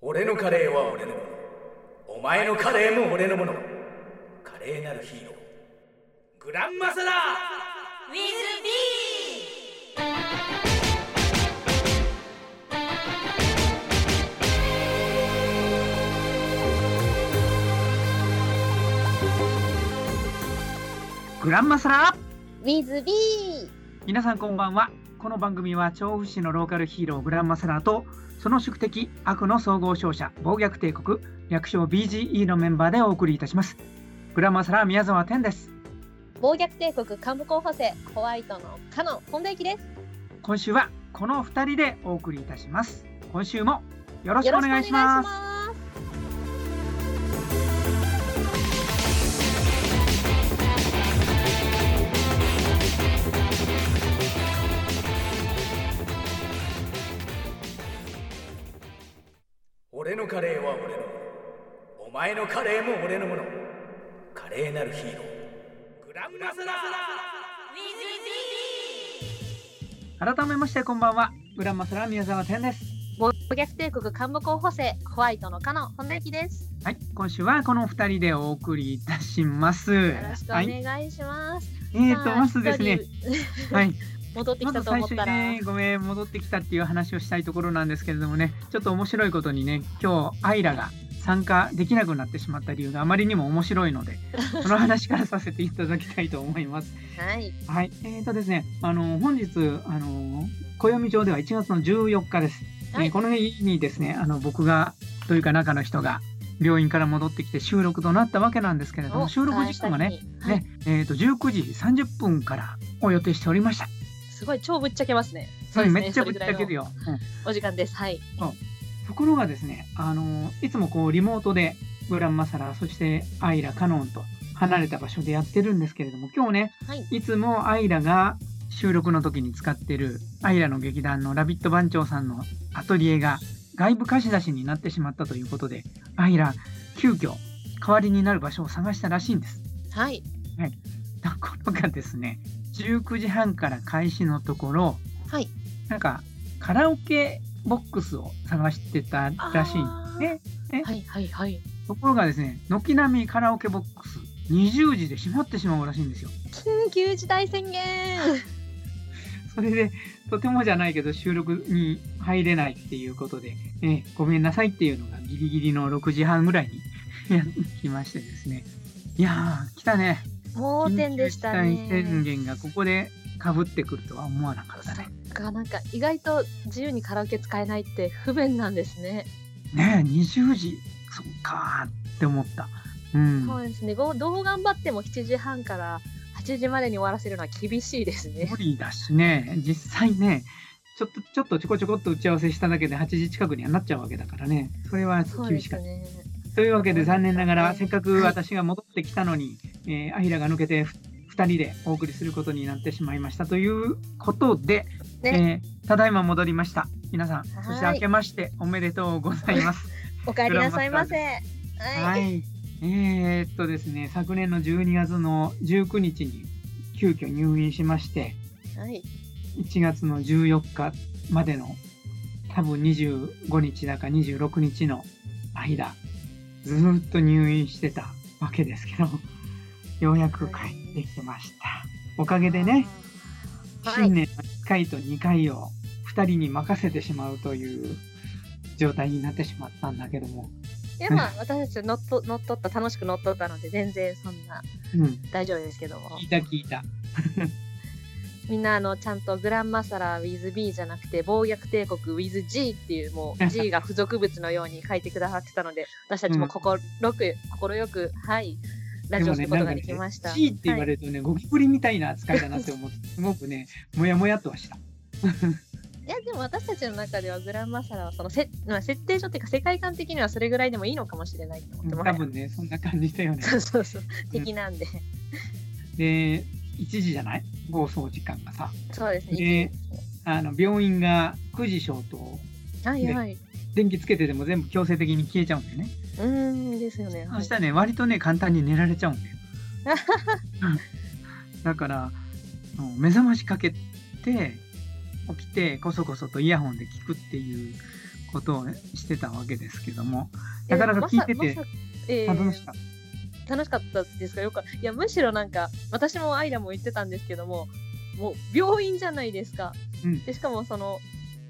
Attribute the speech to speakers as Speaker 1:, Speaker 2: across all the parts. Speaker 1: 俺のカレーは俺のものお前のカレーも俺のものカレーなるヒーローグランマサラ
Speaker 2: ウィズビ
Speaker 3: グランマサラ
Speaker 4: ウィズビー
Speaker 3: 皆さんこんばんはこの番組は調布市のローカルヒーローグランマサラとその宿敵悪の総合商社暴虐帝国略称 BGE のメンバーでお送りいたしますグランマサラ宮沢天です
Speaker 4: 暴虐帝国幹部候補生ホワイトのカノン本田幸です
Speaker 3: 今週はこの2人でお送りいたします今週もよろしくお願いします
Speaker 4: よろしくお願いします
Speaker 1: 俺のカレーは俺のものお前のカレーも俺のものカレーなるヒーローグランマサラ
Speaker 2: ーウィズビ
Speaker 3: 改めましてこんばんはグランマサラ宮沢天です
Speaker 4: 暴虐帝国幹部候補生ホワイトのカノン本田幸です
Speaker 3: はい今週はこの2人でお送りいたしますよ
Speaker 4: よろしくお
Speaker 3: はい、え
Speaker 4: 願いします、
Speaker 3: ーとまずですね
Speaker 4: 一人
Speaker 3: はい
Speaker 4: 戻って
Speaker 3: ま
Speaker 4: き
Speaker 3: ず
Speaker 4: たと
Speaker 3: 最
Speaker 4: 思っ
Speaker 3: 初に
Speaker 4: たら、
Speaker 3: ね、ごめん、戻ってきたっていう話をしたいところなんですけれどもね、ちょっと面白いことにね、今日、アイラが参加できなくなってしまった理由があまりにも面白い ので、その話からさせていただきたいと思います。
Speaker 4: はい
Speaker 3: はい。えーとですね、あの、本日、あの、暦上では1月の14日です。
Speaker 4: はい
Speaker 3: えーこの日にですね、あの、僕が、というか中の人が、病院から戻ってきて収録となったわけなんですけれども、収録時間がね、、
Speaker 4: おはい
Speaker 3: ねえーと19時30分からを予定しておりました。
Speaker 4: すごい超ぶっちゃけますね
Speaker 3: そ
Speaker 4: そ
Speaker 3: れ
Speaker 4: うですね
Speaker 3: めっちゃぶっちゃけるよ。うん
Speaker 4: それぐらいのお時間ですはい
Speaker 3: ところがですね、あのいつもこうリモートでグランマサラ、そしてアイラ、カノンと離れた場所でやってるんですけれども、今日ね、
Speaker 4: はい
Speaker 3: いつもアイラが収録の時に使ってるアイラの劇団のラビット番長さんのアトリエが外部貸し出しになってしまったということで、アイラ、急遽代わりになる場所を探したらしいんです。
Speaker 4: はい
Speaker 3: ところがですね、19時半から開始のところ、
Speaker 4: はい
Speaker 3: なんかカラオケボックスを探してたらしいんですね。ね
Speaker 4: はいはいはい
Speaker 3: ところがですね、軒並みカラオケボックス、20時で閉まってしまうらしいんですよ。
Speaker 4: 緊急事態宣言
Speaker 3: それで、とてもじゃないけど収録に入れないっていうことで、えーごめんなさいっていうのがギリギリの6時半ぐらいに やってきましてですね。いやー、来たね。
Speaker 4: 盲点でした
Speaker 3: 緊急事態宣
Speaker 4: ね
Speaker 3: 言がここで被ってくるとは思わなかった
Speaker 4: そ
Speaker 3: ね。
Speaker 4: っかなんか意外と自由にカラオケ使えないって不便なんですね
Speaker 3: ねえ、20時、そっかーって思った。うん。
Speaker 4: そうですね。ごどう頑張っても7時半から8時までに終わらせるのは厳しいですね
Speaker 3: 無。理だしね、実際ね、ちょっとちょっとちょこちょこっと打ち合わせしただけで8時近くにはなっちゃうわけだからね、それは
Speaker 4: そう
Speaker 3: 厳
Speaker 4: で
Speaker 3: しか
Speaker 4: す
Speaker 3: った。
Speaker 4: ね。
Speaker 3: というわけで残念なが
Speaker 4: は
Speaker 3: ら、
Speaker 4: い
Speaker 3: せっかく私が戻ってきたのに、えーアヒラが抜けて2人でお送りすることになってしまいましたということで、
Speaker 4: ね
Speaker 3: えーただいま戻りました。皆さん、
Speaker 4: い
Speaker 3: そして明けましておめでとうございます。
Speaker 4: お帰りなさいませ。
Speaker 3: グ
Speaker 4: は。
Speaker 3: はいい。えーっとですね、昨年の12月の19日に急遽入院しまして、
Speaker 4: はい。
Speaker 3: 1月の14日までの多分25日だか26日の間ずーっと入院してたわけですけどようやく帰ってきましたおかげでね
Speaker 4: はい
Speaker 3: 新年の1回と2回を2人に任せてしまうという状態になってしまったんだけども、
Speaker 4: いやまあ私たち乗っと乗っ取った楽しく乗っ取ったので全然そんな
Speaker 3: うん、
Speaker 4: 大丈夫ですけども
Speaker 3: 聞いた聞いた
Speaker 4: みんなあのちゃんとグランマサラ WithB じゃなくて暴虐帝国 WithG っていうも う G が付属物のように書いてくださってたので私たちも心く心よくはいラジオすることができました。
Speaker 3: でもねなんかね G って言わ
Speaker 4: はい
Speaker 3: れるとね、ゴキブリみたいな扱いだなって思 ってすごくねもやもやっとはした
Speaker 4: いやでも私たちの中ではグランマサラはそのせ、まあ、設定上っていうか世界観的にはそれぐらいでもいいのかもしれないと思っても
Speaker 3: 多分ねそんな感じだよね
Speaker 4: そうそうそう敵なんで、
Speaker 3: で1時じゃない放送時間がさ
Speaker 4: そうです
Speaker 3: で
Speaker 4: ね
Speaker 3: あの病院が9時消灯
Speaker 4: はいはい、
Speaker 3: 電気つけてても全部強制的に消えちゃうんだよね、
Speaker 4: うーんですよね、はい
Speaker 3: そしたらね割とね簡単に寝られちゃうんだ ようんだからあの目覚ましかけて起きてこそこそとイヤホンで聞くっていうことをしてたわけですけども、
Speaker 4: え
Speaker 3: なかなか聞いて
Speaker 4: ま
Speaker 3: て
Speaker 4: さまさえー
Speaker 3: 楽しかった。
Speaker 4: 楽しかったですかよかいやむしろなんか私もアイラも言ってたんですけどももう病院じゃないですか
Speaker 3: うん
Speaker 4: でしかもその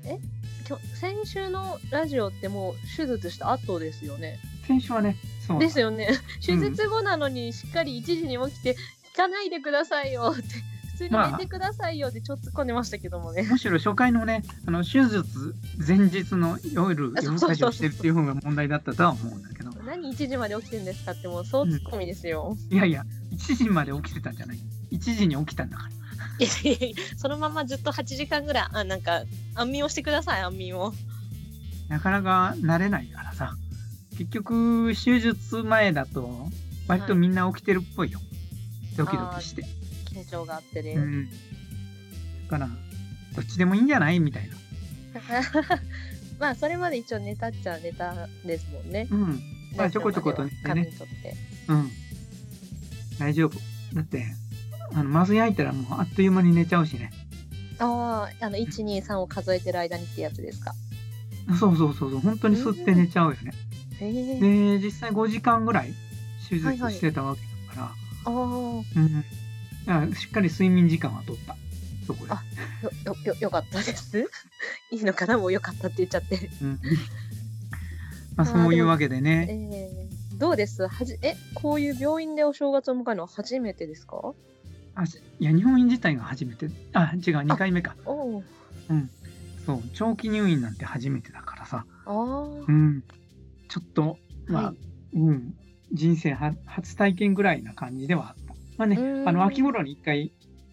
Speaker 4: えきょ先週のラジオってもう手術した後ですよね
Speaker 3: 先週はね、そう。
Speaker 4: ですよね手術後なのにしっかり1時に起きて聞かないでくださいよって普通に
Speaker 3: まあ
Speaker 4: 寝てくださいよってちょっと突っ込んでましたけどもね、
Speaker 3: むしろ初回のね、あの手術前日の夜、夜
Speaker 4: あそうそうそう
Speaker 3: 更かしをしてるっていう方が問題だったとは思うんだけど、
Speaker 4: 何1時まで起きてるんですかってもうそう突っ込みですよ、
Speaker 3: いやいや、1時まで起きてたんじゃない ?1 時に起きたんだから。
Speaker 4: いやいやいや そのままずっと8時間ぐらいあなんか安眠をしてください安眠を
Speaker 3: なかなか慣れないからさ、結局、手術前だと、割とみんな起きてるっぽいよ。ドキドキして。
Speaker 4: 緊張があってね、
Speaker 3: うん。だから、どっちでもいいんじゃないみたいな。
Speaker 4: まあそれまで一応ネタっちゃネタですもんね。
Speaker 3: うん。まあちょこちょことね
Speaker 4: 紙にとって。
Speaker 3: うん。大丈夫。だって、あの、麻酔入ったらもうあっという間に寝ちゃうしね。
Speaker 4: ああ、あの一二三を数えてる間にってやつですか。
Speaker 3: そうそうそうそう、本当に吸って寝ちゃうよね。
Speaker 4: へえ。
Speaker 3: で、実際5時間ぐらい手術
Speaker 4: はいはい
Speaker 3: してたわけだから、
Speaker 4: ああ、よ
Speaker 3: うん。だからしっかり睡眠時間は取った。そこで。
Speaker 4: あよよよかったです。 いいのかなもうよかったって言っち ゃって。
Speaker 3: うん。まあ、
Speaker 4: あー
Speaker 3: そういうわけで
Speaker 4: え
Speaker 3: ね。
Speaker 4: えどうです。はじえこういう病院でお正月を迎えるのは初めてですか。お
Speaker 3: あ、しいや、日本自体が初めて。あ、違う、2回目か。
Speaker 4: お。
Speaker 3: そう、長期入院なんて初めてだからさ。
Speaker 4: ああ
Speaker 3: う。ん。ちょっと、まあ、
Speaker 4: はい
Speaker 3: うん。人生は初体験ぐらいな感じではあった。まあね
Speaker 4: うー、ん
Speaker 3: あの、秋頃に1回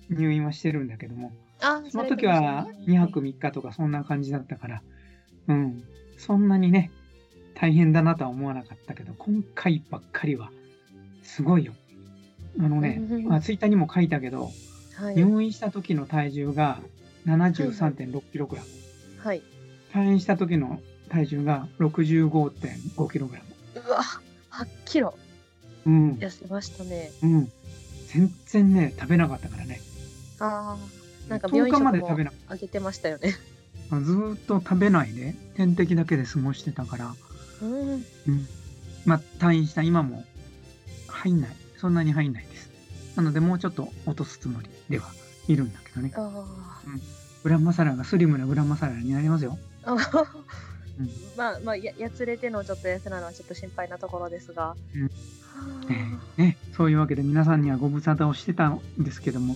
Speaker 3: 入院はしてるんだけども、
Speaker 4: あ
Speaker 3: その時は2泊。3日とかそんな感じだったから、うん、そんなにね、大変だなとは思わなかったけど、今回ばっかりは、すごいよ。あのね
Speaker 4: うんうん、
Speaker 3: まあ、ツイッターにも書いたけど、
Speaker 4: はい。
Speaker 3: 入院した時の体重が73.6キログラム。
Speaker 4: はい。
Speaker 3: 退院した時の体重が65.5キログラム。
Speaker 4: うわ、八キロ
Speaker 3: うん、
Speaker 4: 痩せましたね。
Speaker 3: うん。全然ね、食べなかったからね。
Speaker 4: ああ。なんか病
Speaker 3: 10
Speaker 4: 院
Speaker 3: 日
Speaker 4: 食
Speaker 3: ま
Speaker 4: も
Speaker 3: で食べな
Speaker 4: あげてましたよね。
Speaker 3: まあずーっと食べないで、点滴だけで過ごしてたから、
Speaker 4: うん。
Speaker 3: うん。まあ、退院した今も入んない。そんなに入んないです。なので、もうちょっと落とすつもりではいるんだけどね。
Speaker 4: あ
Speaker 3: グランマサラがスリムなグランマサラになりますよ。
Speaker 4: あ。
Speaker 3: うん
Speaker 4: まあまあややつれてのちょっと痩せなのはちょっと心配なところですが。
Speaker 3: うん
Speaker 4: は
Speaker 3: えね、そういうわけで皆さんにはご無沙汰をしてたんですけども、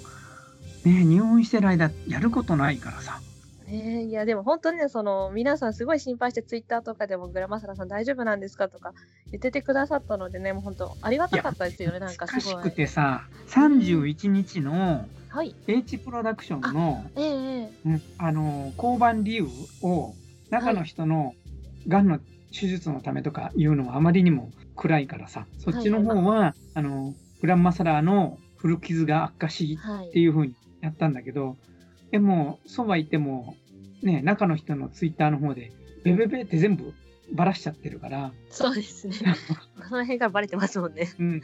Speaker 3: ね、入院してる間やることないからさ。
Speaker 4: あねえいやでも本当にねその皆さんすごい心配してツイッターとかでもグラマサラさん大丈夫なんですかとか言っててくださったのでねもう本当ありがたかったですよねなんか
Speaker 3: 難
Speaker 4: す
Speaker 3: し
Speaker 4: ご
Speaker 3: く
Speaker 4: い。
Speaker 3: てさ、31日の
Speaker 4: はい。
Speaker 3: H プロダクションの、
Speaker 4: ええええ
Speaker 3: うんあの交番理由を中の人のがんの手術のためとかいうのはあまりにも暗いからさそっちの方はあのグランマサラーの古傷が悪化し
Speaker 4: はい。
Speaker 3: っていう風にやったんだけどでもそうは言ってもね中の人のツイッターの方でベベベって全部ばらしちゃってるから、
Speaker 4: そうで すね。その辺からバレてますもんね。
Speaker 3: うん、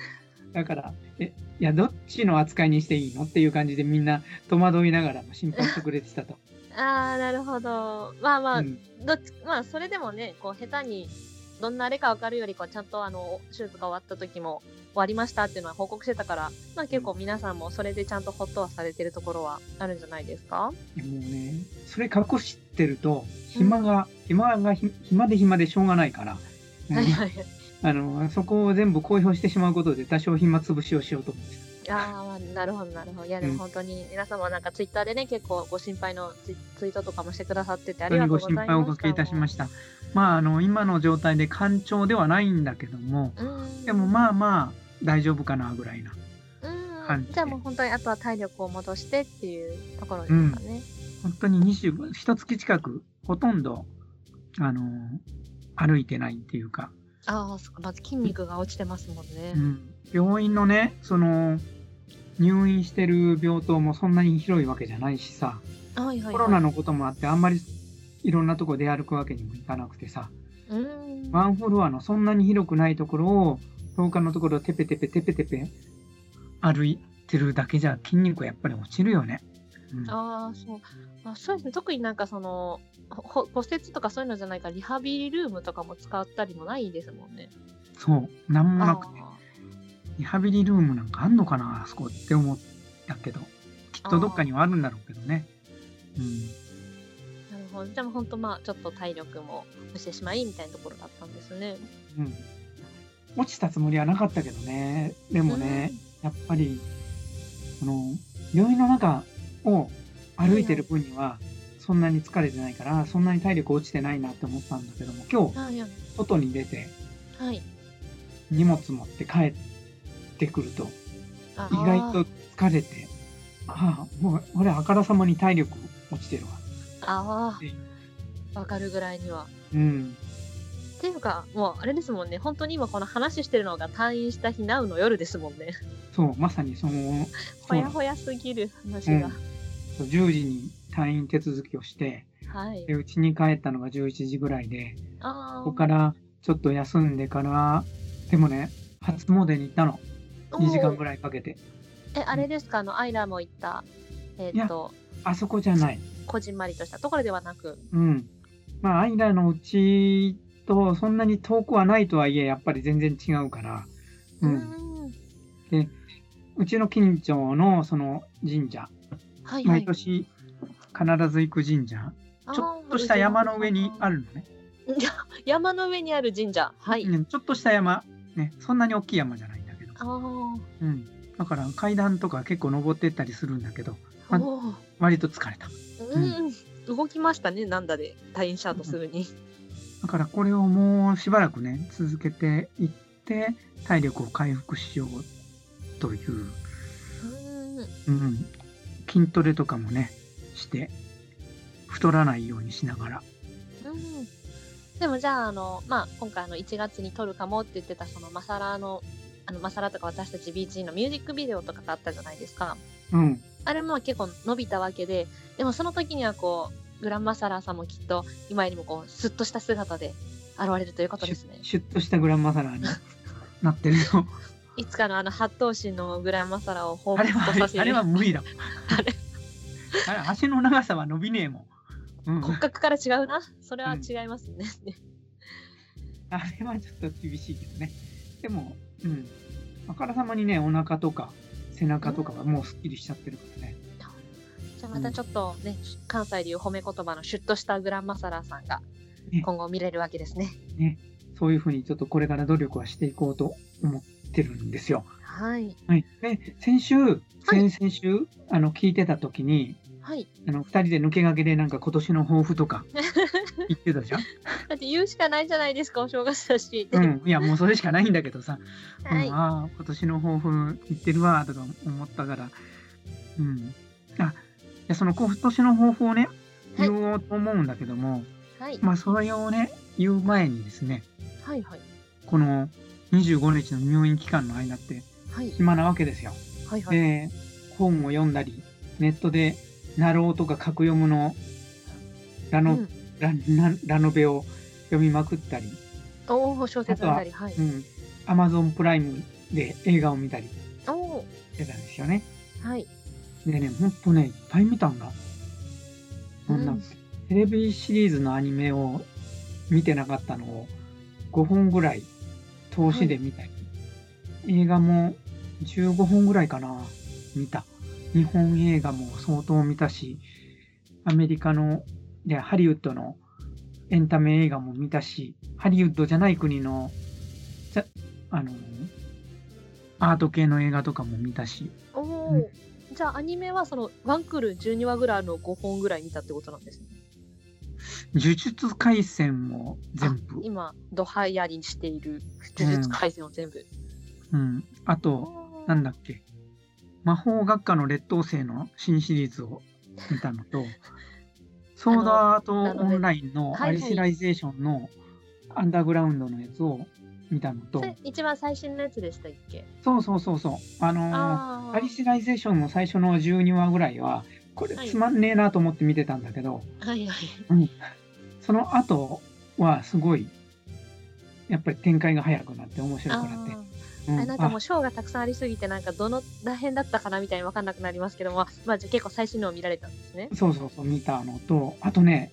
Speaker 3: だからえいやどっちの扱いにしていいのっていう感じでみんな戸惑いながらも心配してくれてたと。
Speaker 4: ああなるほど。まあまあ、
Speaker 3: うん
Speaker 4: どっちまあそれでもねこう下手にどんなあれか分かるよりこうちゃんとあの手術が終わった時も終わりましたっていうのは報告してたから、まあ、結構皆さんもそれでちゃんとほっとはされてるところはあるんじゃないですか
Speaker 3: いやもうね、それ隠してると、暇が、暇がひ、暇で暇でしょうがないから、
Speaker 4: はいはい。
Speaker 3: あの、そこを全部公表してしまうことで、多少暇つぶしをしようと思って
Speaker 4: ああなるほどなるほどいやで
Speaker 3: うん
Speaker 4: も本当に皆様なんかツイッターでね結構ご心配のツイツイートとかもしてくださっててありがとう
Speaker 3: ご
Speaker 4: ござい
Speaker 3: 心
Speaker 4: ました
Speaker 3: 配をおかけいたしました。まあ、あの、今の状態で干潮ではないんだけども、
Speaker 4: うん
Speaker 3: でもまあまあ、大丈夫かな、ぐらいな。
Speaker 4: う
Speaker 3: 感
Speaker 4: ん
Speaker 3: じで
Speaker 4: じゃあもう本当にあとは体力を戻してっていうところですかね、
Speaker 3: 本当に20、一月近く、ほとんど、あの、歩いてないっていうか、
Speaker 4: ああそっかまず筋肉が落ちてますもんね、
Speaker 3: うん、病院のね、その、入院してる病棟もそんなに広いわけじゃないしさ、
Speaker 4: はいはいはい
Speaker 3: コロナのこともあってあんまりいろんなとこ出歩くわけにもいかなくてさ
Speaker 4: うん
Speaker 3: ワンフロアのそんなに広くないところを廊下のところをテペテペテペテペ歩いてるだけじゃ筋肉はやっぱり落ちるよね。うん
Speaker 4: ああそうあそうですね特になんかそのほほ骨折とかそういうのじゃないからリハビリルームとかも使ったりもないですもんね。
Speaker 3: そう、なんもなくて、
Speaker 4: あ
Speaker 3: リハビリルームなんかあんのかな、あそこって思ったけど、きっとどっかにはあるんだろうけどね。うん、
Speaker 4: ーなるほどじゃあ本当まあちょっと体力も落ちてしまいみたいなところだったんですね。
Speaker 3: うん、落ちたつもりはなかったけどねでもね、やっぱりその病院の中を歩いてる分にはそんなに疲れてないからそんなに体力落ちてないなって思ったんだけども今日
Speaker 4: はいはい
Speaker 3: 外に出て
Speaker 4: はい。
Speaker 3: 荷物持って帰ってくると
Speaker 4: あ
Speaker 3: 意外と疲れてああもう俺あからさまに体力落ちてるわ
Speaker 4: ああわかるぐらいには。
Speaker 3: うん
Speaker 4: っていうかもうあれですもんね本当に今この話してるのが退院した日なうの夜ですもんね。
Speaker 3: そうまさにその
Speaker 4: ほ
Speaker 3: そう
Speaker 4: や
Speaker 3: なの
Speaker 4: ほやすぎる話
Speaker 3: うん
Speaker 4: が。
Speaker 3: そう10時に退院手続きをして
Speaker 4: はい
Speaker 3: で。うちに帰ったのが11時ぐらいで
Speaker 4: ああ
Speaker 3: ここからちょっと休んでからでもね初詣に行ったの2時間ぐ
Speaker 4: らい。
Speaker 3: らいかけて
Speaker 4: えあれですかあのアイラも言ったえ
Speaker 3: い
Speaker 4: ー
Speaker 3: や
Speaker 4: っと
Speaker 3: あそこじゃない
Speaker 4: こじんまりとしたところではなく。
Speaker 3: うんまあアイラのうちとそんなに遠くはないとはいえやっぱり全然違うから、う
Speaker 4: うんん。
Speaker 3: うちの近所のその神社
Speaker 4: はいは
Speaker 3: 毎
Speaker 4: い。
Speaker 3: 年必ず行く神社ちょっとした山の上にあ
Speaker 4: る。
Speaker 3: るのね、
Speaker 4: 山の上にある神社。はい。
Speaker 3: うんちょっとした山ねそんなに大きい山じゃないんだけど、
Speaker 4: あー
Speaker 3: うん、だから階段とか結構登ってったりするんだけどま
Speaker 4: おー
Speaker 3: 割と疲れた
Speaker 4: うんうん。動きましたね、なんだで、退院した後すぐに。
Speaker 3: だからこれをもうしばらくね続けていって体力を回復しようという、
Speaker 4: うん
Speaker 3: うん、筋トレとかもねして太らないようにしながら
Speaker 4: うんでもじゃあ、あの、まあ、今回あの1月に撮るかもって言ってた、そのマサラの、あのマサラとか私たち BG のミュージックビデオとかがあったじゃないですか。
Speaker 3: うん
Speaker 4: あれも結構伸びたわけで、でもその時にはこう、グランマサラーさんもきっと今よりもこう、スッとした姿で現れるということ
Speaker 3: シュ
Speaker 4: です ね
Speaker 3: ッ。シュッとしたグランマサラ ーになってるよ
Speaker 4: いつかのあの、八頭身のグランマサラーを彷
Speaker 3: あれ
Speaker 4: 彿とさせ
Speaker 3: はあれ
Speaker 4: る
Speaker 3: は。無理だもん
Speaker 4: あれ
Speaker 3: あれ足の長さは伸びねえもん、うん、
Speaker 4: 骨格から違うな。それは違いますね。
Speaker 3: あれはちょっと厳しいけどねでもうんあからさまにねお腹とか背中とかはもうすっきりしちゃってるからね
Speaker 4: じゃあまたちょっとね、関西でいう褒め言葉のシュッとしたグランマサラーさんが
Speaker 3: ね
Speaker 4: 今後見れるわけですね。
Speaker 3: そういうふうにちょっとこれから努力はしていこうと思ってるんですよ。
Speaker 4: はい。
Speaker 3: はい、で先週、先々週、あの聞いてた時に
Speaker 4: はい。
Speaker 3: あの2人で抜け駆けでなんか今年の抱負とか言ってたじゃん。
Speaker 4: だって言うしかないじゃないですか、お正月だし。
Speaker 3: うん、いやもうそれしかないんだけどさ、
Speaker 4: は
Speaker 3: う
Speaker 4: い
Speaker 3: ん、。ああ今年の抱負言ってるわとか思ったから、うん、あいやその今年の抱負をね
Speaker 4: はい
Speaker 3: 言おうと思うんだけども、
Speaker 4: はい。
Speaker 3: まあそれをね言う前にですね
Speaker 4: はい。はい。
Speaker 3: この25日の入院期間の間って
Speaker 4: はい。
Speaker 3: 暇なわけですよ。
Speaker 4: はい。はい。
Speaker 3: で本を読んだりネットで「ナロー」とか「格読むの」ラノ、
Speaker 4: うん
Speaker 3: ラララノベを読みまくったり、
Speaker 4: おお、小説読んだり。はい。
Speaker 3: うん、アマゾンプライムで映画を見たり
Speaker 4: おお
Speaker 3: してたんですよね。
Speaker 4: ー。はい。
Speaker 3: でねほんとねいっぱい見たんだ。そんな、
Speaker 4: うん
Speaker 3: テレビシリーズのアニメを見てなかったのを5本ぐらい投資で見たり、映画も15本ぐらいかな見た日本映画も相当見たしアメリカのいやハリウッドのエンタメ映画も見たしハリウッドじゃない国のざあのアート系の映画とかも見たし
Speaker 4: おお、じゃあアニメはそのワンクール12話ぐらいの5本ぐらい見たってことなんですね。
Speaker 3: 呪術廻戦も全部
Speaker 4: あ今ドハイヤリしている呪術廻戦を全部。
Speaker 3: うん、あと
Speaker 4: おー
Speaker 3: なんだっけ魔法学科の劣等生の新シリーズを見たの とソードアート
Speaker 4: あの
Speaker 3: オンラインの
Speaker 4: は
Speaker 3: ア
Speaker 4: いはい
Speaker 3: リシライゼーションのアンダーグラウンドのやつを見たのと
Speaker 4: それ一番最新のやつでしたっけ？
Speaker 3: そうそうそうそうあのー
Speaker 4: あ
Speaker 3: アリシライゼーションの最初の12話ぐらいはこれ
Speaker 4: はい
Speaker 3: つまんねえなと思って見てたんだけど、
Speaker 4: あ。はいはい。
Speaker 3: その後はすごいやっぱり展開が早くなって面白くなって
Speaker 4: あ
Speaker 3: うん
Speaker 4: あなんかもう章がたくさんありすぎてなんかどのら辺だったかなみたいに分かんなくなりますけども、まあ、じゃあ結構最新のを見られたんですね
Speaker 3: あ。そうそうそう、見たのと、あとね、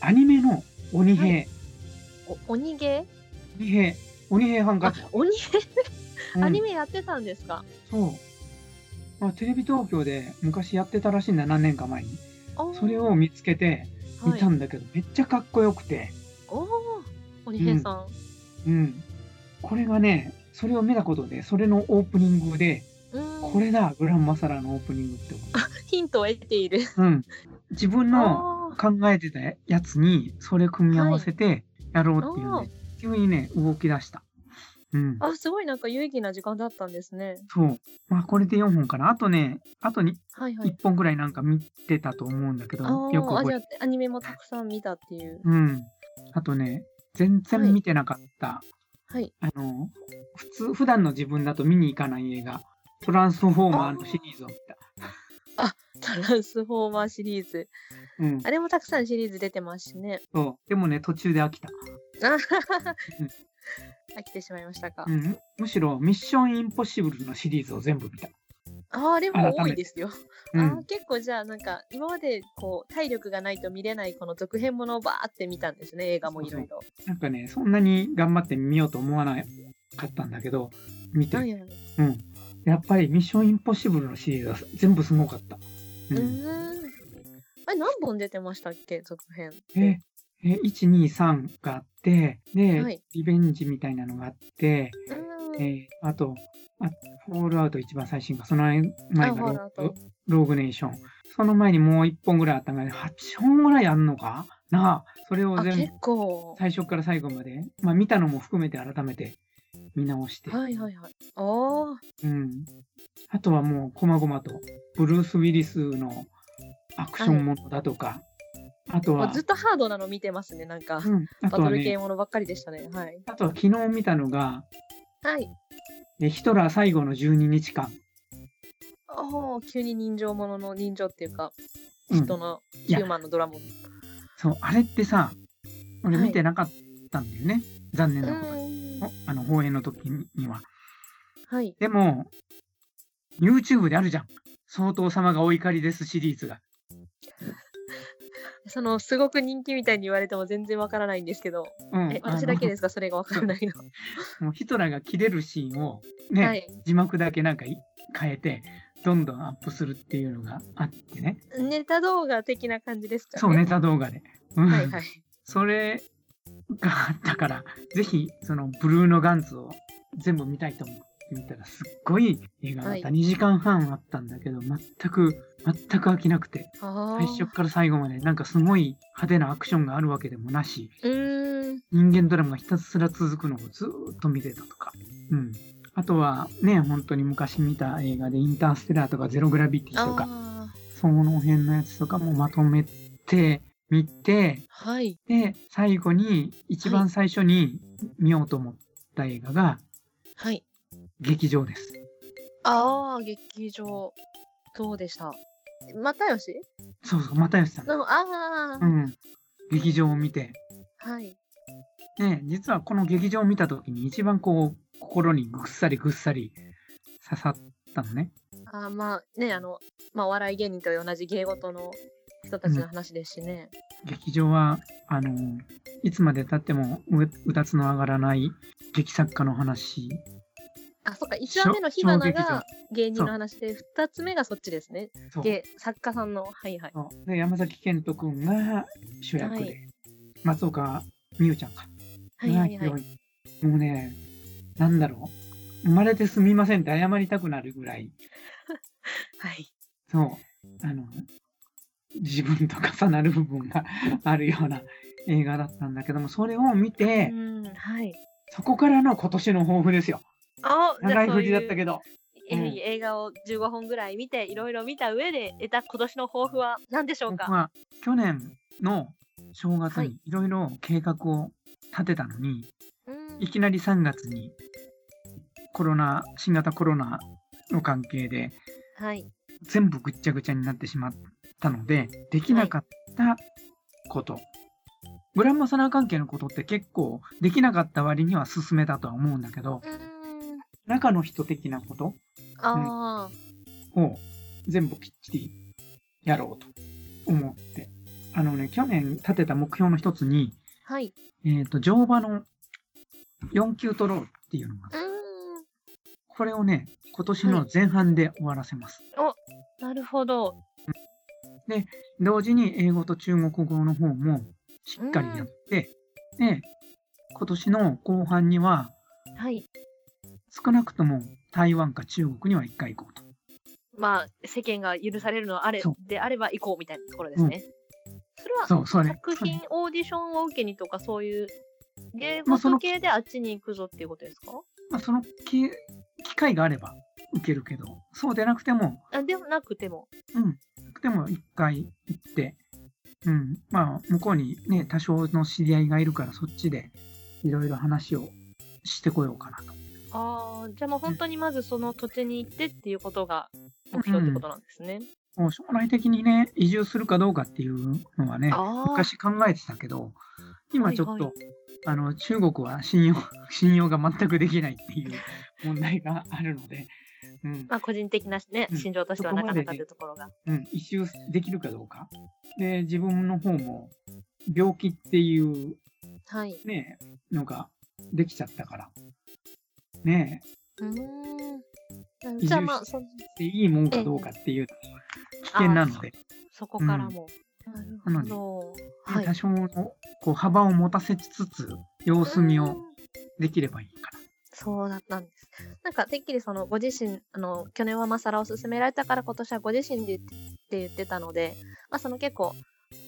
Speaker 3: アニメの鬼兵、
Speaker 4: はいお鬼ゲー
Speaker 3: 鬼兵、鬼兵ハンカ
Speaker 4: あ
Speaker 3: チ。
Speaker 4: 鬼ゲー、
Speaker 3: うん
Speaker 4: アニメやってたんですか
Speaker 3: そう。まあ、テレビ東京で昔やってたらしいんだ、何年か前に。
Speaker 4: おー
Speaker 3: それを見つけて、見た
Speaker 4: はい、
Speaker 3: んだけど、めっちゃかっこよくて、
Speaker 4: おー鬼平さん、
Speaker 3: うん。これがね、それを見たことで、それのオープニングで、
Speaker 4: うーん
Speaker 3: これだ、グランマサラのオープニングって思
Speaker 4: ヒントを得ている。
Speaker 3: う。うん。自分の
Speaker 4: あー
Speaker 3: 考えてたやつに、それ組み合わせてやろうっていうね、
Speaker 4: おー
Speaker 3: 急にね、動き出した。うん。
Speaker 4: あ、すごいなんか有意義な時間だったんですね。
Speaker 3: そう。まあ、これで4本かな。あとね、あとに
Speaker 4: はいは
Speaker 3: 1
Speaker 4: い。
Speaker 3: 本ぐらいなんか見てたと思うんだけど、
Speaker 4: あ
Speaker 3: よく
Speaker 4: ーあ、
Speaker 3: 覚
Speaker 4: じゃ
Speaker 3: え
Speaker 4: あ
Speaker 3: て。
Speaker 4: アニメもたくさん見たっていう。
Speaker 3: うん。あとね、全
Speaker 4: はい
Speaker 3: 然見てなかった、
Speaker 4: はい。
Speaker 3: あの、普通、普段の自分だと見に行かない映画、トランスフォーマー
Speaker 4: あ
Speaker 3: の
Speaker 4: ー
Speaker 3: シリーズを見た。
Speaker 4: トランスフォーマーシリーズ。
Speaker 3: うん。
Speaker 4: あれもたくさんシリーズ出てますしね。
Speaker 3: そう。でもね、途中で飽きた。
Speaker 4: あ飽きてしまいましたか。
Speaker 3: うん。むしろ、ミッションインポッシブルのシリーズを全部見た。
Speaker 4: ああ、でも
Speaker 3: 改め
Speaker 4: 多
Speaker 3: て
Speaker 4: いですよ。
Speaker 3: う
Speaker 4: あー
Speaker 3: ん。
Speaker 4: 結構じゃあなんか今までこう体力がないと見れないこの続編ものをバーって見たんですね映画もいろいろ。
Speaker 3: なんかね、そんなに頑張って見ようと思わなかったんだけど、見て
Speaker 4: はいはい
Speaker 3: うん。やっぱりミッションインポッシブルのシリーズは全部すごかった。う
Speaker 4: う
Speaker 3: ん
Speaker 4: ーん。あれ何本出てましたっけ続編。
Speaker 3: え、え、1、2、3があって、で、
Speaker 4: はい
Speaker 3: リベンジみたいなのがあって、
Speaker 4: うーん。
Speaker 3: えーあと、あフォールアウト一番最新か、その前
Speaker 4: あ、
Speaker 3: 前が
Speaker 4: ほ
Speaker 3: ロ
Speaker 4: ら
Speaker 3: ー
Speaker 4: と
Speaker 3: グ。ローグネーション。その前にもう1本ぐらいあったので、8本ぐらいあんのかなあ、それを
Speaker 4: あ
Speaker 3: 全部
Speaker 4: 結、構。
Speaker 3: 最初から最後まで、まあ見たのも含めて改めて見直して、
Speaker 4: はいはいはい。おー
Speaker 3: うん。あとはもう、こまごまと、ブルース・ウィリスのアクションものだとか、あと
Speaker 4: あ
Speaker 3: は
Speaker 4: ずっ、とハードなの見てますねなんか。
Speaker 3: うん、あ
Speaker 4: バ
Speaker 3: と
Speaker 4: ト
Speaker 3: は
Speaker 4: ル系
Speaker 3: ね、
Speaker 4: ものばっかりでしたね。はい。
Speaker 3: あとは昨日見たのが、
Speaker 4: はい。
Speaker 3: えヒトラー最後の12日間。
Speaker 4: おー急に人情ものの人情っていうか、
Speaker 3: うん
Speaker 4: 人の
Speaker 3: い
Speaker 4: ヒ
Speaker 3: や
Speaker 4: ューマンのドラマ。
Speaker 3: そう、あれってさ、俺
Speaker 4: はい
Speaker 3: 見てなかったんだよね。残
Speaker 4: う
Speaker 3: 念なことに。
Speaker 4: ーん。
Speaker 3: おあの、放映の時には。
Speaker 4: はい。
Speaker 3: でも、YouTube であるじゃん。相当様がお怒りですシリーズが。
Speaker 4: そのすごく人気みたいに言われても全然わからないんですけど、
Speaker 3: うん。
Speaker 4: え私だけですすかそれがわからないの。
Speaker 3: あのもうヒトラーが切れるシーンを、ね、
Speaker 4: はい。
Speaker 3: 字幕だけなんかい変えて、どんどんアップするっていうのがあってね。
Speaker 4: ネタ動画的な感じですかね。
Speaker 3: そう、ネタ動画で。うん
Speaker 4: はいはい。
Speaker 3: それがあったから、ぜひ、そのブルーのガンズを全部見たいと思って見たら、すっごい映画だった。
Speaker 4: は
Speaker 3: 2時間半あったんだけど、全く、全く飽きなくて、
Speaker 4: あ
Speaker 3: 最
Speaker 4: ー
Speaker 3: 初から最後まで、なんかすごい派手なアクションがあるわけでもなし、
Speaker 4: うーん。
Speaker 3: 人間ドラマがひたすら続くのをずーっと見てたとか。うん。あとはね、本当に昔見た映画で、インターステラーとかゼログラビティとか、
Speaker 4: あー
Speaker 3: その辺のやつとかもまとめて、見て、
Speaker 4: はい。
Speaker 3: で、最後に、一番最初に見ようと思った映画が、
Speaker 4: はい。
Speaker 3: 劇場です。
Speaker 4: ああ、劇場。どうでした又吉
Speaker 3: そうそう、又吉さん。
Speaker 4: のああ、
Speaker 3: うん。劇場を見て。
Speaker 4: はい。
Speaker 3: ね、実はこの劇場を見た時に一番こう、心にぐっさりぐっさり刺さったのね。
Speaker 4: あーまあね、あの、まあお笑い芸人と同じ芸事の人たちの話ですしね。
Speaker 3: 劇場は、あの、いつまで経ってもううだつの上がらない劇作家の話。
Speaker 4: あ、そっか、1話目の火花
Speaker 3: 小小
Speaker 4: が芸人
Speaker 3: そう
Speaker 4: の話で、2つ目がそっちですね。
Speaker 3: そう。
Speaker 4: で、作家さんの、はいはい。
Speaker 3: そうで山崎賢人君が主役で、
Speaker 4: はい
Speaker 3: 松岡美優ちゃんか。
Speaker 4: はいはいはい。
Speaker 3: い。もうね、なんだろう。生まれてすみませんって謝りたくなるぐらい、
Speaker 4: はい、
Speaker 3: そう、あの、自分と重なる部分があるような映画だったんだけども、それを見て、
Speaker 4: うん、はい。
Speaker 3: そこからの今年の抱負ですよ。
Speaker 4: あ
Speaker 3: 長い振りだったけど、
Speaker 4: え
Speaker 3: うん
Speaker 4: ー映画を15本ぐらい見て、いろいろ見た上で得た今年の抱負は何でしょう
Speaker 3: 僕
Speaker 4: か
Speaker 3: は去年の正月
Speaker 4: はい
Speaker 3: にいろいろ計画を立てたのに、
Speaker 4: うん
Speaker 3: いきなり3月にコロナ、新型コロナの関係で、
Speaker 4: はい。
Speaker 3: 全部ぐっちゃぐちゃになってしまったので、できなかったこと。グランマサラー関係のことって結構できなかった割には進めたとは思うんだけど、
Speaker 4: うん
Speaker 3: 中の人的なこと
Speaker 4: ああ、
Speaker 3: を全部きっちりやろうと思って。あのね、去年立てた目標の一つに、
Speaker 4: はい。
Speaker 3: えっ、と、乗馬の4級取ろうっていうのが、
Speaker 4: うーん。
Speaker 3: これをね、今年の前半で終わらせます。
Speaker 4: なるほど。
Speaker 3: 同時に英語と中国語の方もしっかりやって、で、今年の後半には
Speaker 4: はい。
Speaker 3: 少なくとも台湾か中国には一回行こうと。
Speaker 4: まあ、世間が許されるのあれ
Speaker 3: そう
Speaker 4: であれば行こうみたいなところですね。それは
Speaker 3: そう、それ。
Speaker 4: 作品オーディションを受けにとかそういう芸
Speaker 3: まあそ
Speaker 4: 事
Speaker 3: の
Speaker 4: 系であっちに行くぞっていうことですか
Speaker 3: まあ、その機機会があれば受けるけど、そうでなくても、
Speaker 4: あでもなくても。
Speaker 3: うん、なくても一回行って、うん、まあ、向こうにね、多少の知り合いがいるから、そっちでいろいろ話をしてこようかなと。
Speaker 4: ああ、じゃあもう本当にまずその土地に行ってっていうことが目標ってことなんですね。
Speaker 3: もう将来的にね、移住するかどうかっていうのはね、
Speaker 4: ああ、
Speaker 3: 昔考えてたけど、今ちょっと、
Speaker 4: はい
Speaker 3: あの中国は信用 信用が全くできないって いう問題があるので、うん
Speaker 4: まあ個人的なね、
Speaker 3: うん
Speaker 4: 心情としてはなかなかっていうところが。
Speaker 3: うん、移住できるかどうか。で、自分の方も病気っていう
Speaker 4: はい。
Speaker 3: ね、のができちゃったから。ね
Speaker 4: うーん。
Speaker 3: 住
Speaker 4: じゃあまあそ、
Speaker 3: え、いいもんかどうかっていう危険なので、
Speaker 4: そこからも。
Speaker 3: うん
Speaker 4: なるほど。はい
Speaker 3: 多。少のこう幅を持たせつつ、様子見
Speaker 4: う
Speaker 3: を
Speaker 4: ん
Speaker 3: できればいいか
Speaker 4: そうだったんです。なんかてっきりそのご自身あの去年はマサラを勧められたから今年はご自身でってって言ってたので、まあ、その結構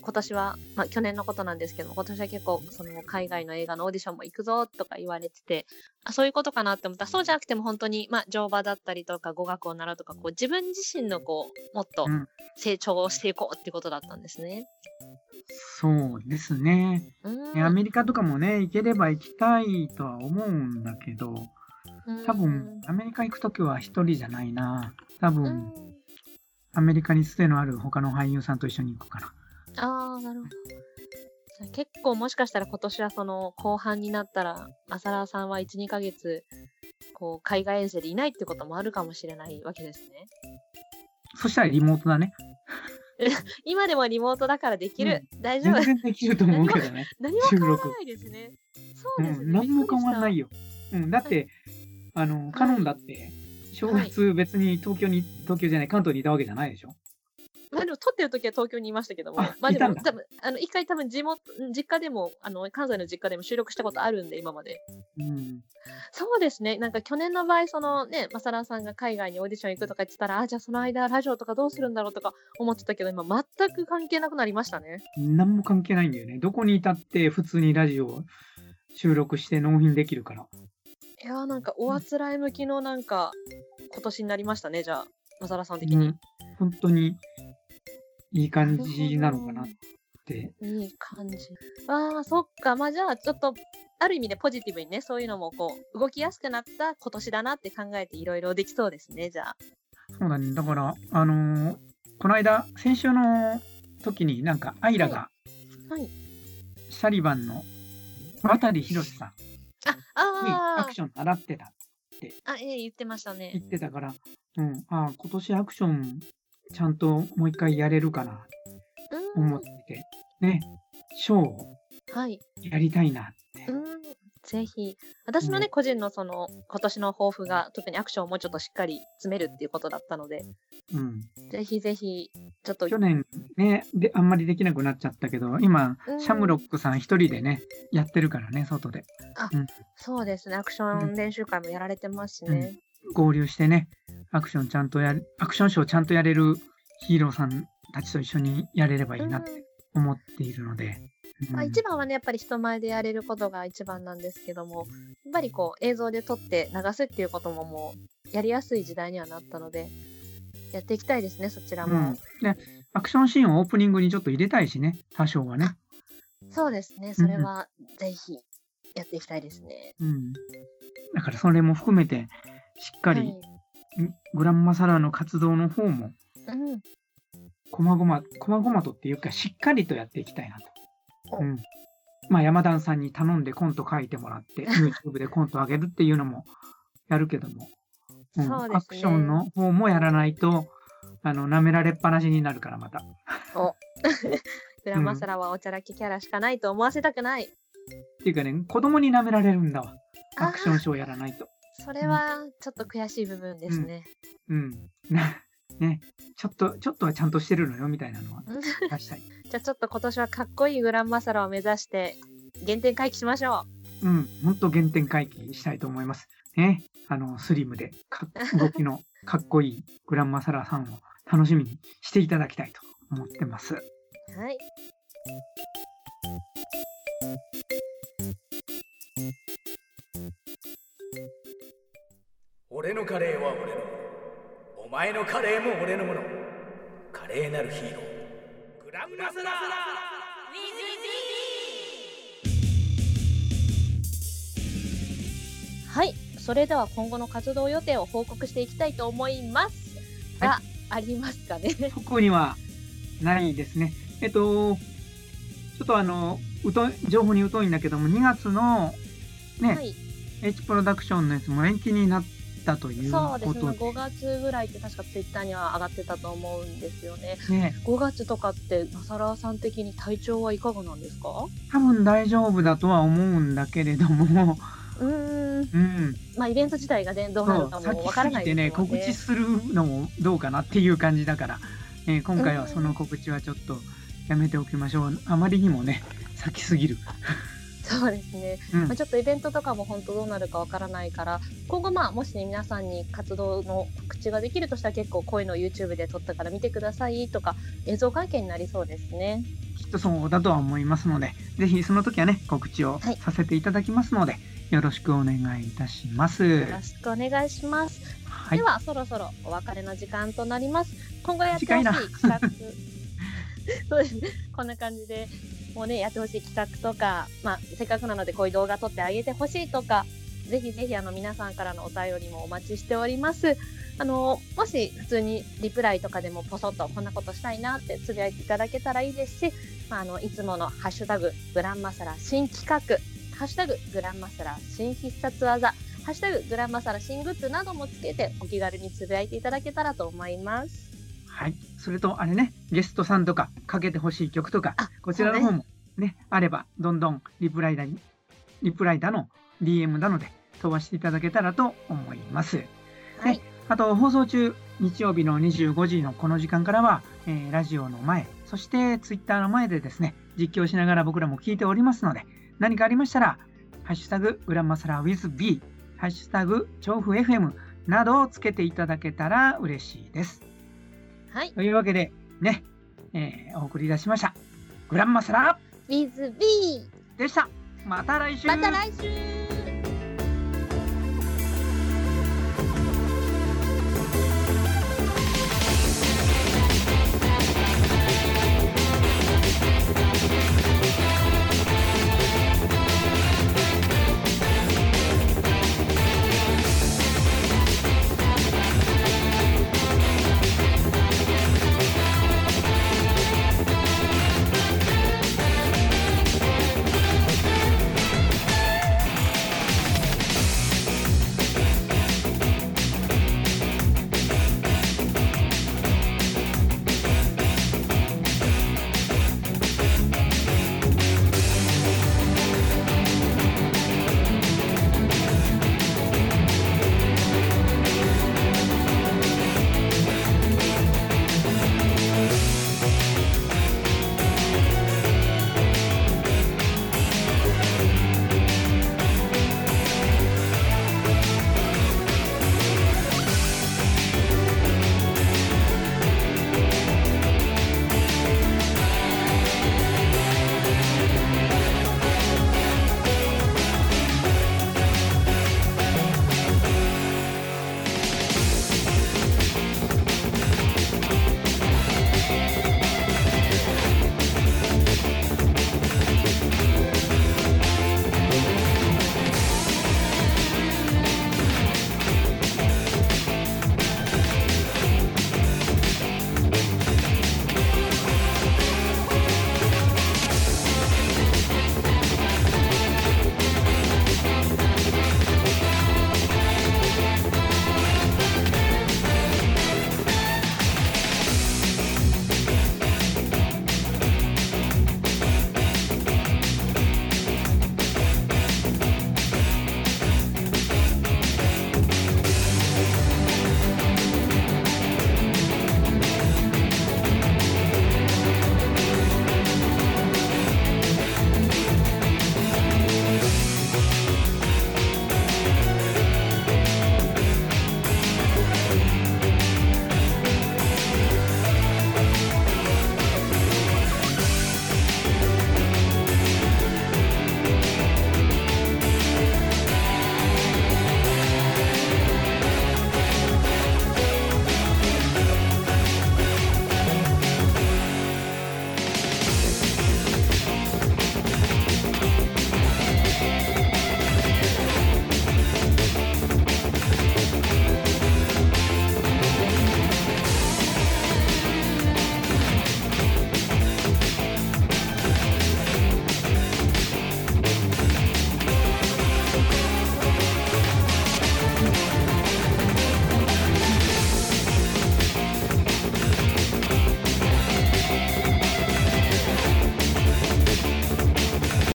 Speaker 4: 今年は、まあ、去年のことなんですけども今年は結構その海外の映画のオーディションも行くぞとか言われててあそういうことかなって思ったらそうじゃなくても本当に、まあ、乗馬だったりとか語学を習うとかこう自分自身のこうもっと
Speaker 3: うん
Speaker 4: 成長をしていこうってことだったんですね。
Speaker 3: な。そうですね。
Speaker 4: う
Speaker 3: ねアメリカとかもね、行ければ行きたいとは思うんだけど、多分、アメリカ行くときは一人じゃないな。多
Speaker 4: うんう
Speaker 3: 分、
Speaker 4: ん
Speaker 3: アメリカにつてのある他の俳優さんと一緒に行くかな。
Speaker 4: ああ、なるほど。じゃあ結構もしかしたら今年はその後半になったら、マサラさんは1、2ヶ月、こう、海外遠征でいないってこともあるかもしれないわけですね。
Speaker 3: そしたらリモートだね。
Speaker 4: 今でもリモートだからできる。大丈
Speaker 3: 全
Speaker 4: 夫。
Speaker 3: 然できると思うけどね。
Speaker 4: 何も変わらないですね。そう
Speaker 3: う
Speaker 4: ですね。
Speaker 3: ん、何も変わらない
Speaker 4: よ。
Speaker 3: よ。うん、だって、あの、カノンだって、正月別に東京に、東京じゃない、関東にいたわけじゃないでしょ。
Speaker 4: まあでも撮ってる時は東京にいましたけども、
Speaker 3: あ
Speaker 4: まあで
Speaker 3: いた
Speaker 4: も
Speaker 3: んだ
Speaker 4: 多分あの一回多分地元実家でもあの関西の実家でも収録したことあるんで今まで。
Speaker 3: うん。
Speaker 4: そうですね。なんか去年の場合、そのね、マサラさんが海外にオーディション行くとか言ってたら、あ、じゃあその間ラジオとかどうするんだろうとか思ってたけど、今全く関係なくなりましたね。
Speaker 3: 何も関係ないんだよね。どこにいたって普通にラジオを収録して納品できるから。
Speaker 4: いやーなんかおあつらい向きのなんか、今年になりましたね、じゃあ、マサラさん的
Speaker 3: う
Speaker 4: に。
Speaker 3: ん、本当にいい感じなのかなって。
Speaker 4: いい感じ。ああ、そっか。まあじゃあちょっと、ある意味でポジティブにね、そういうのもこう、動きやすくなった今年だなって考えていろいろできそうですね、じゃあ。
Speaker 3: そうだね。だから、あのーこの間、先週の時になんか、アイラが
Speaker 4: はい。
Speaker 3: シャリバンの渡博さんにア
Speaker 4: あ
Speaker 3: クション習ってた
Speaker 4: あ、あ、ええ言ってました
Speaker 3: 言
Speaker 4: ね。
Speaker 3: ってたから、うん、ああ、今年アクションちゃんともう一回やれるかな
Speaker 4: う
Speaker 3: 思っ
Speaker 4: ん。
Speaker 3: て、ね、ショーを
Speaker 4: はい。
Speaker 3: やりたいなって。
Speaker 4: うん、ぜひ。私のね、
Speaker 3: う
Speaker 4: 個人のその、今年の抱負が、特にアクションをもうちょっとしっかり詰めるっていうことだったので、
Speaker 3: うん、
Speaker 4: ぜひぜひ、ちょっと、
Speaker 3: 去年ねで、あんまりできなくなっちゃったけど、今
Speaker 4: う、ん
Speaker 3: シャムロックさん一人でね、やってるからね、外で。
Speaker 4: そうですね、アクション練習会もやられてますしね。
Speaker 3: 合流してね、アクションちゃんとやれアクションショーちゃんとやれるヒーローさんたちと一緒にやれればいいなって思っているので。
Speaker 4: うんまあ、
Speaker 3: うん
Speaker 4: 一番はね、やっぱり人前でやれることが一番なんですけども、やっぱりこう、映像で撮って流すっていうことももう、やりやすい時代にはなったので、やっていきたいですね、そちら
Speaker 3: う
Speaker 4: も
Speaker 3: ん。、でアクションシーンをオープニングにちょっと入れたいしね、多少はね。
Speaker 4: そうですね、それは、ぜひ、やっていきたいですね。
Speaker 3: うん、だからそれも含めて、しっかり、
Speaker 4: はい
Speaker 3: んグランマサラーの活動の方も、
Speaker 4: うん。
Speaker 3: こまごま、こまごまとっていうか、しっかりとやっていきたいなと。
Speaker 4: お
Speaker 3: うんまあ、山田さんに頼んでコント書いてもらって、YouTube でコント上げるっていうのもやるけども、うん
Speaker 4: そうですね
Speaker 3: アクションの方もやらないと、あの、舐められっぱなしになるから、また。
Speaker 4: グラマサラはおちゃらけキャラしかないと思わせたくない。
Speaker 3: っていうかね、子供に舐められるんだわ。
Speaker 4: あー
Speaker 3: アクションショーやらないと。
Speaker 4: それはちょっと悔しい部分ですね。
Speaker 3: うん。 なね、ちょっと、ちょっとはちゃんとしてるのよ、みたいな のは
Speaker 4: うん
Speaker 3: 出したい。
Speaker 4: じゃあちょっと今年はかっこいいグランマサラを目指して原点回帰しましょ
Speaker 3: うん、ほんと原点回帰したいと思います。ね、あの、スリムで、か動きのかっこいいグランマサラさんを楽しみにしていただきたいと思ってます。
Speaker 4: う。はい。
Speaker 1: 俺のカレーは俺のお前のカレーも俺のものカレーなるヒーローグランマサラ
Speaker 2: with
Speaker 4: はい。それでは今後の活動予定を報告していきたいと思います。が、
Speaker 3: は
Speaker 4: ありますかね。
Speaker 3: 特にはないですね。えっと、ちょっとあの、うと情報に疎いんだけども、2月のね、
Speaker 4: はい。
Speaker 3: H プロダクションのやつも延期になったという
Speaker 4: そうで
Speaker 3: こ
Speaker 4: すね。
Speaker 3: と
Speaker 4: 5月ぐらいって確かツイッターには上がってたと思うんですよね。
Speaker 3: でね、
Speaker 4: 5月とかって、マサラさん的に体調はいかがなんですか
Speaker 3: 多分大丈夫だとは思うんだけれども、
Speaker 4: うーん。
Speaker 3: うん、
Speaker 4: まあ、イベント自体がね、どうなるかもわからない
Speaker 3: 先すぎてね、告知するのもどうかなっていう感じだから、えー今回はその告知はちょっとやめておきましょう。あまりにもね、先すぎる。
Speaker 4: そうですね、
Speaker 3: うん
Speaker 4: まあ、ちょっとイベントとかも本当どうなるかわからないから今後まあもし、ね、皆さんに活動の告知ができるとしたら結構こういうのを YouTube で撮ったから見てくださいとか映像関係になりそうですね
Speaker 3: きっとそうだとは思いますので、ぜひその時はね、告知を
Speaker 4: はい
Speaker 3: させていただきますので、よろしくお願いいたします
Speaker 4: よ。ろしくお願いします、
Speaker 3: はい
Speaker 4: で。はそろそろお別れの時間となります今後やってほしい
Speaker 3: 短いな
Speaker 4: 企画 そうですねこんな感じでもうねやってほしい企画とか、まあ、せっかくなのでこういう動画撮ってあげてほしいとかぜひぜひあの皆さんからのお便りもお待ちしておりますあのもし普通にリプライとかでもポソッとこんなことしたいなってつぶやいていただけたらいいですし、まあ、あのいつもの「ハッシュタググランマサラ新企画」「ハッシュタググランマサラ新必殺技」ハッシュタググランマサラ新グッズなどもつけてお気軽につぶやいていただけたらと思います。
Speaker 3: はい。それと、あれね、ゲストさんとか、かけてほしい曲とか、
Speaker 4: あ、
Speaker 3: こちらの方もね、あれば、どんどんリプライだに、リプライだの、DM なので飛ばしていただけたらと思います。
Speaker 4: はい、
Speaker 3: ねあと、放送中、日曜日の25時のこの時間からは、えーラジオの前、そしてツイッターの前でですね、実況しながら僕らも聞いておりますので、何かありましたら、ハッシュタグ、グランマサラ WithB、ハッシュタグ、調布 FM などをつけていただけたら嬉しいです。
Speaker 4: はい、
Speaker 3: というわけで、ね、えーお送りいたしました。グランマサラ
Speaker 4: with B。
Speaker 3: でした。また来週。
Speaker 4: また来週。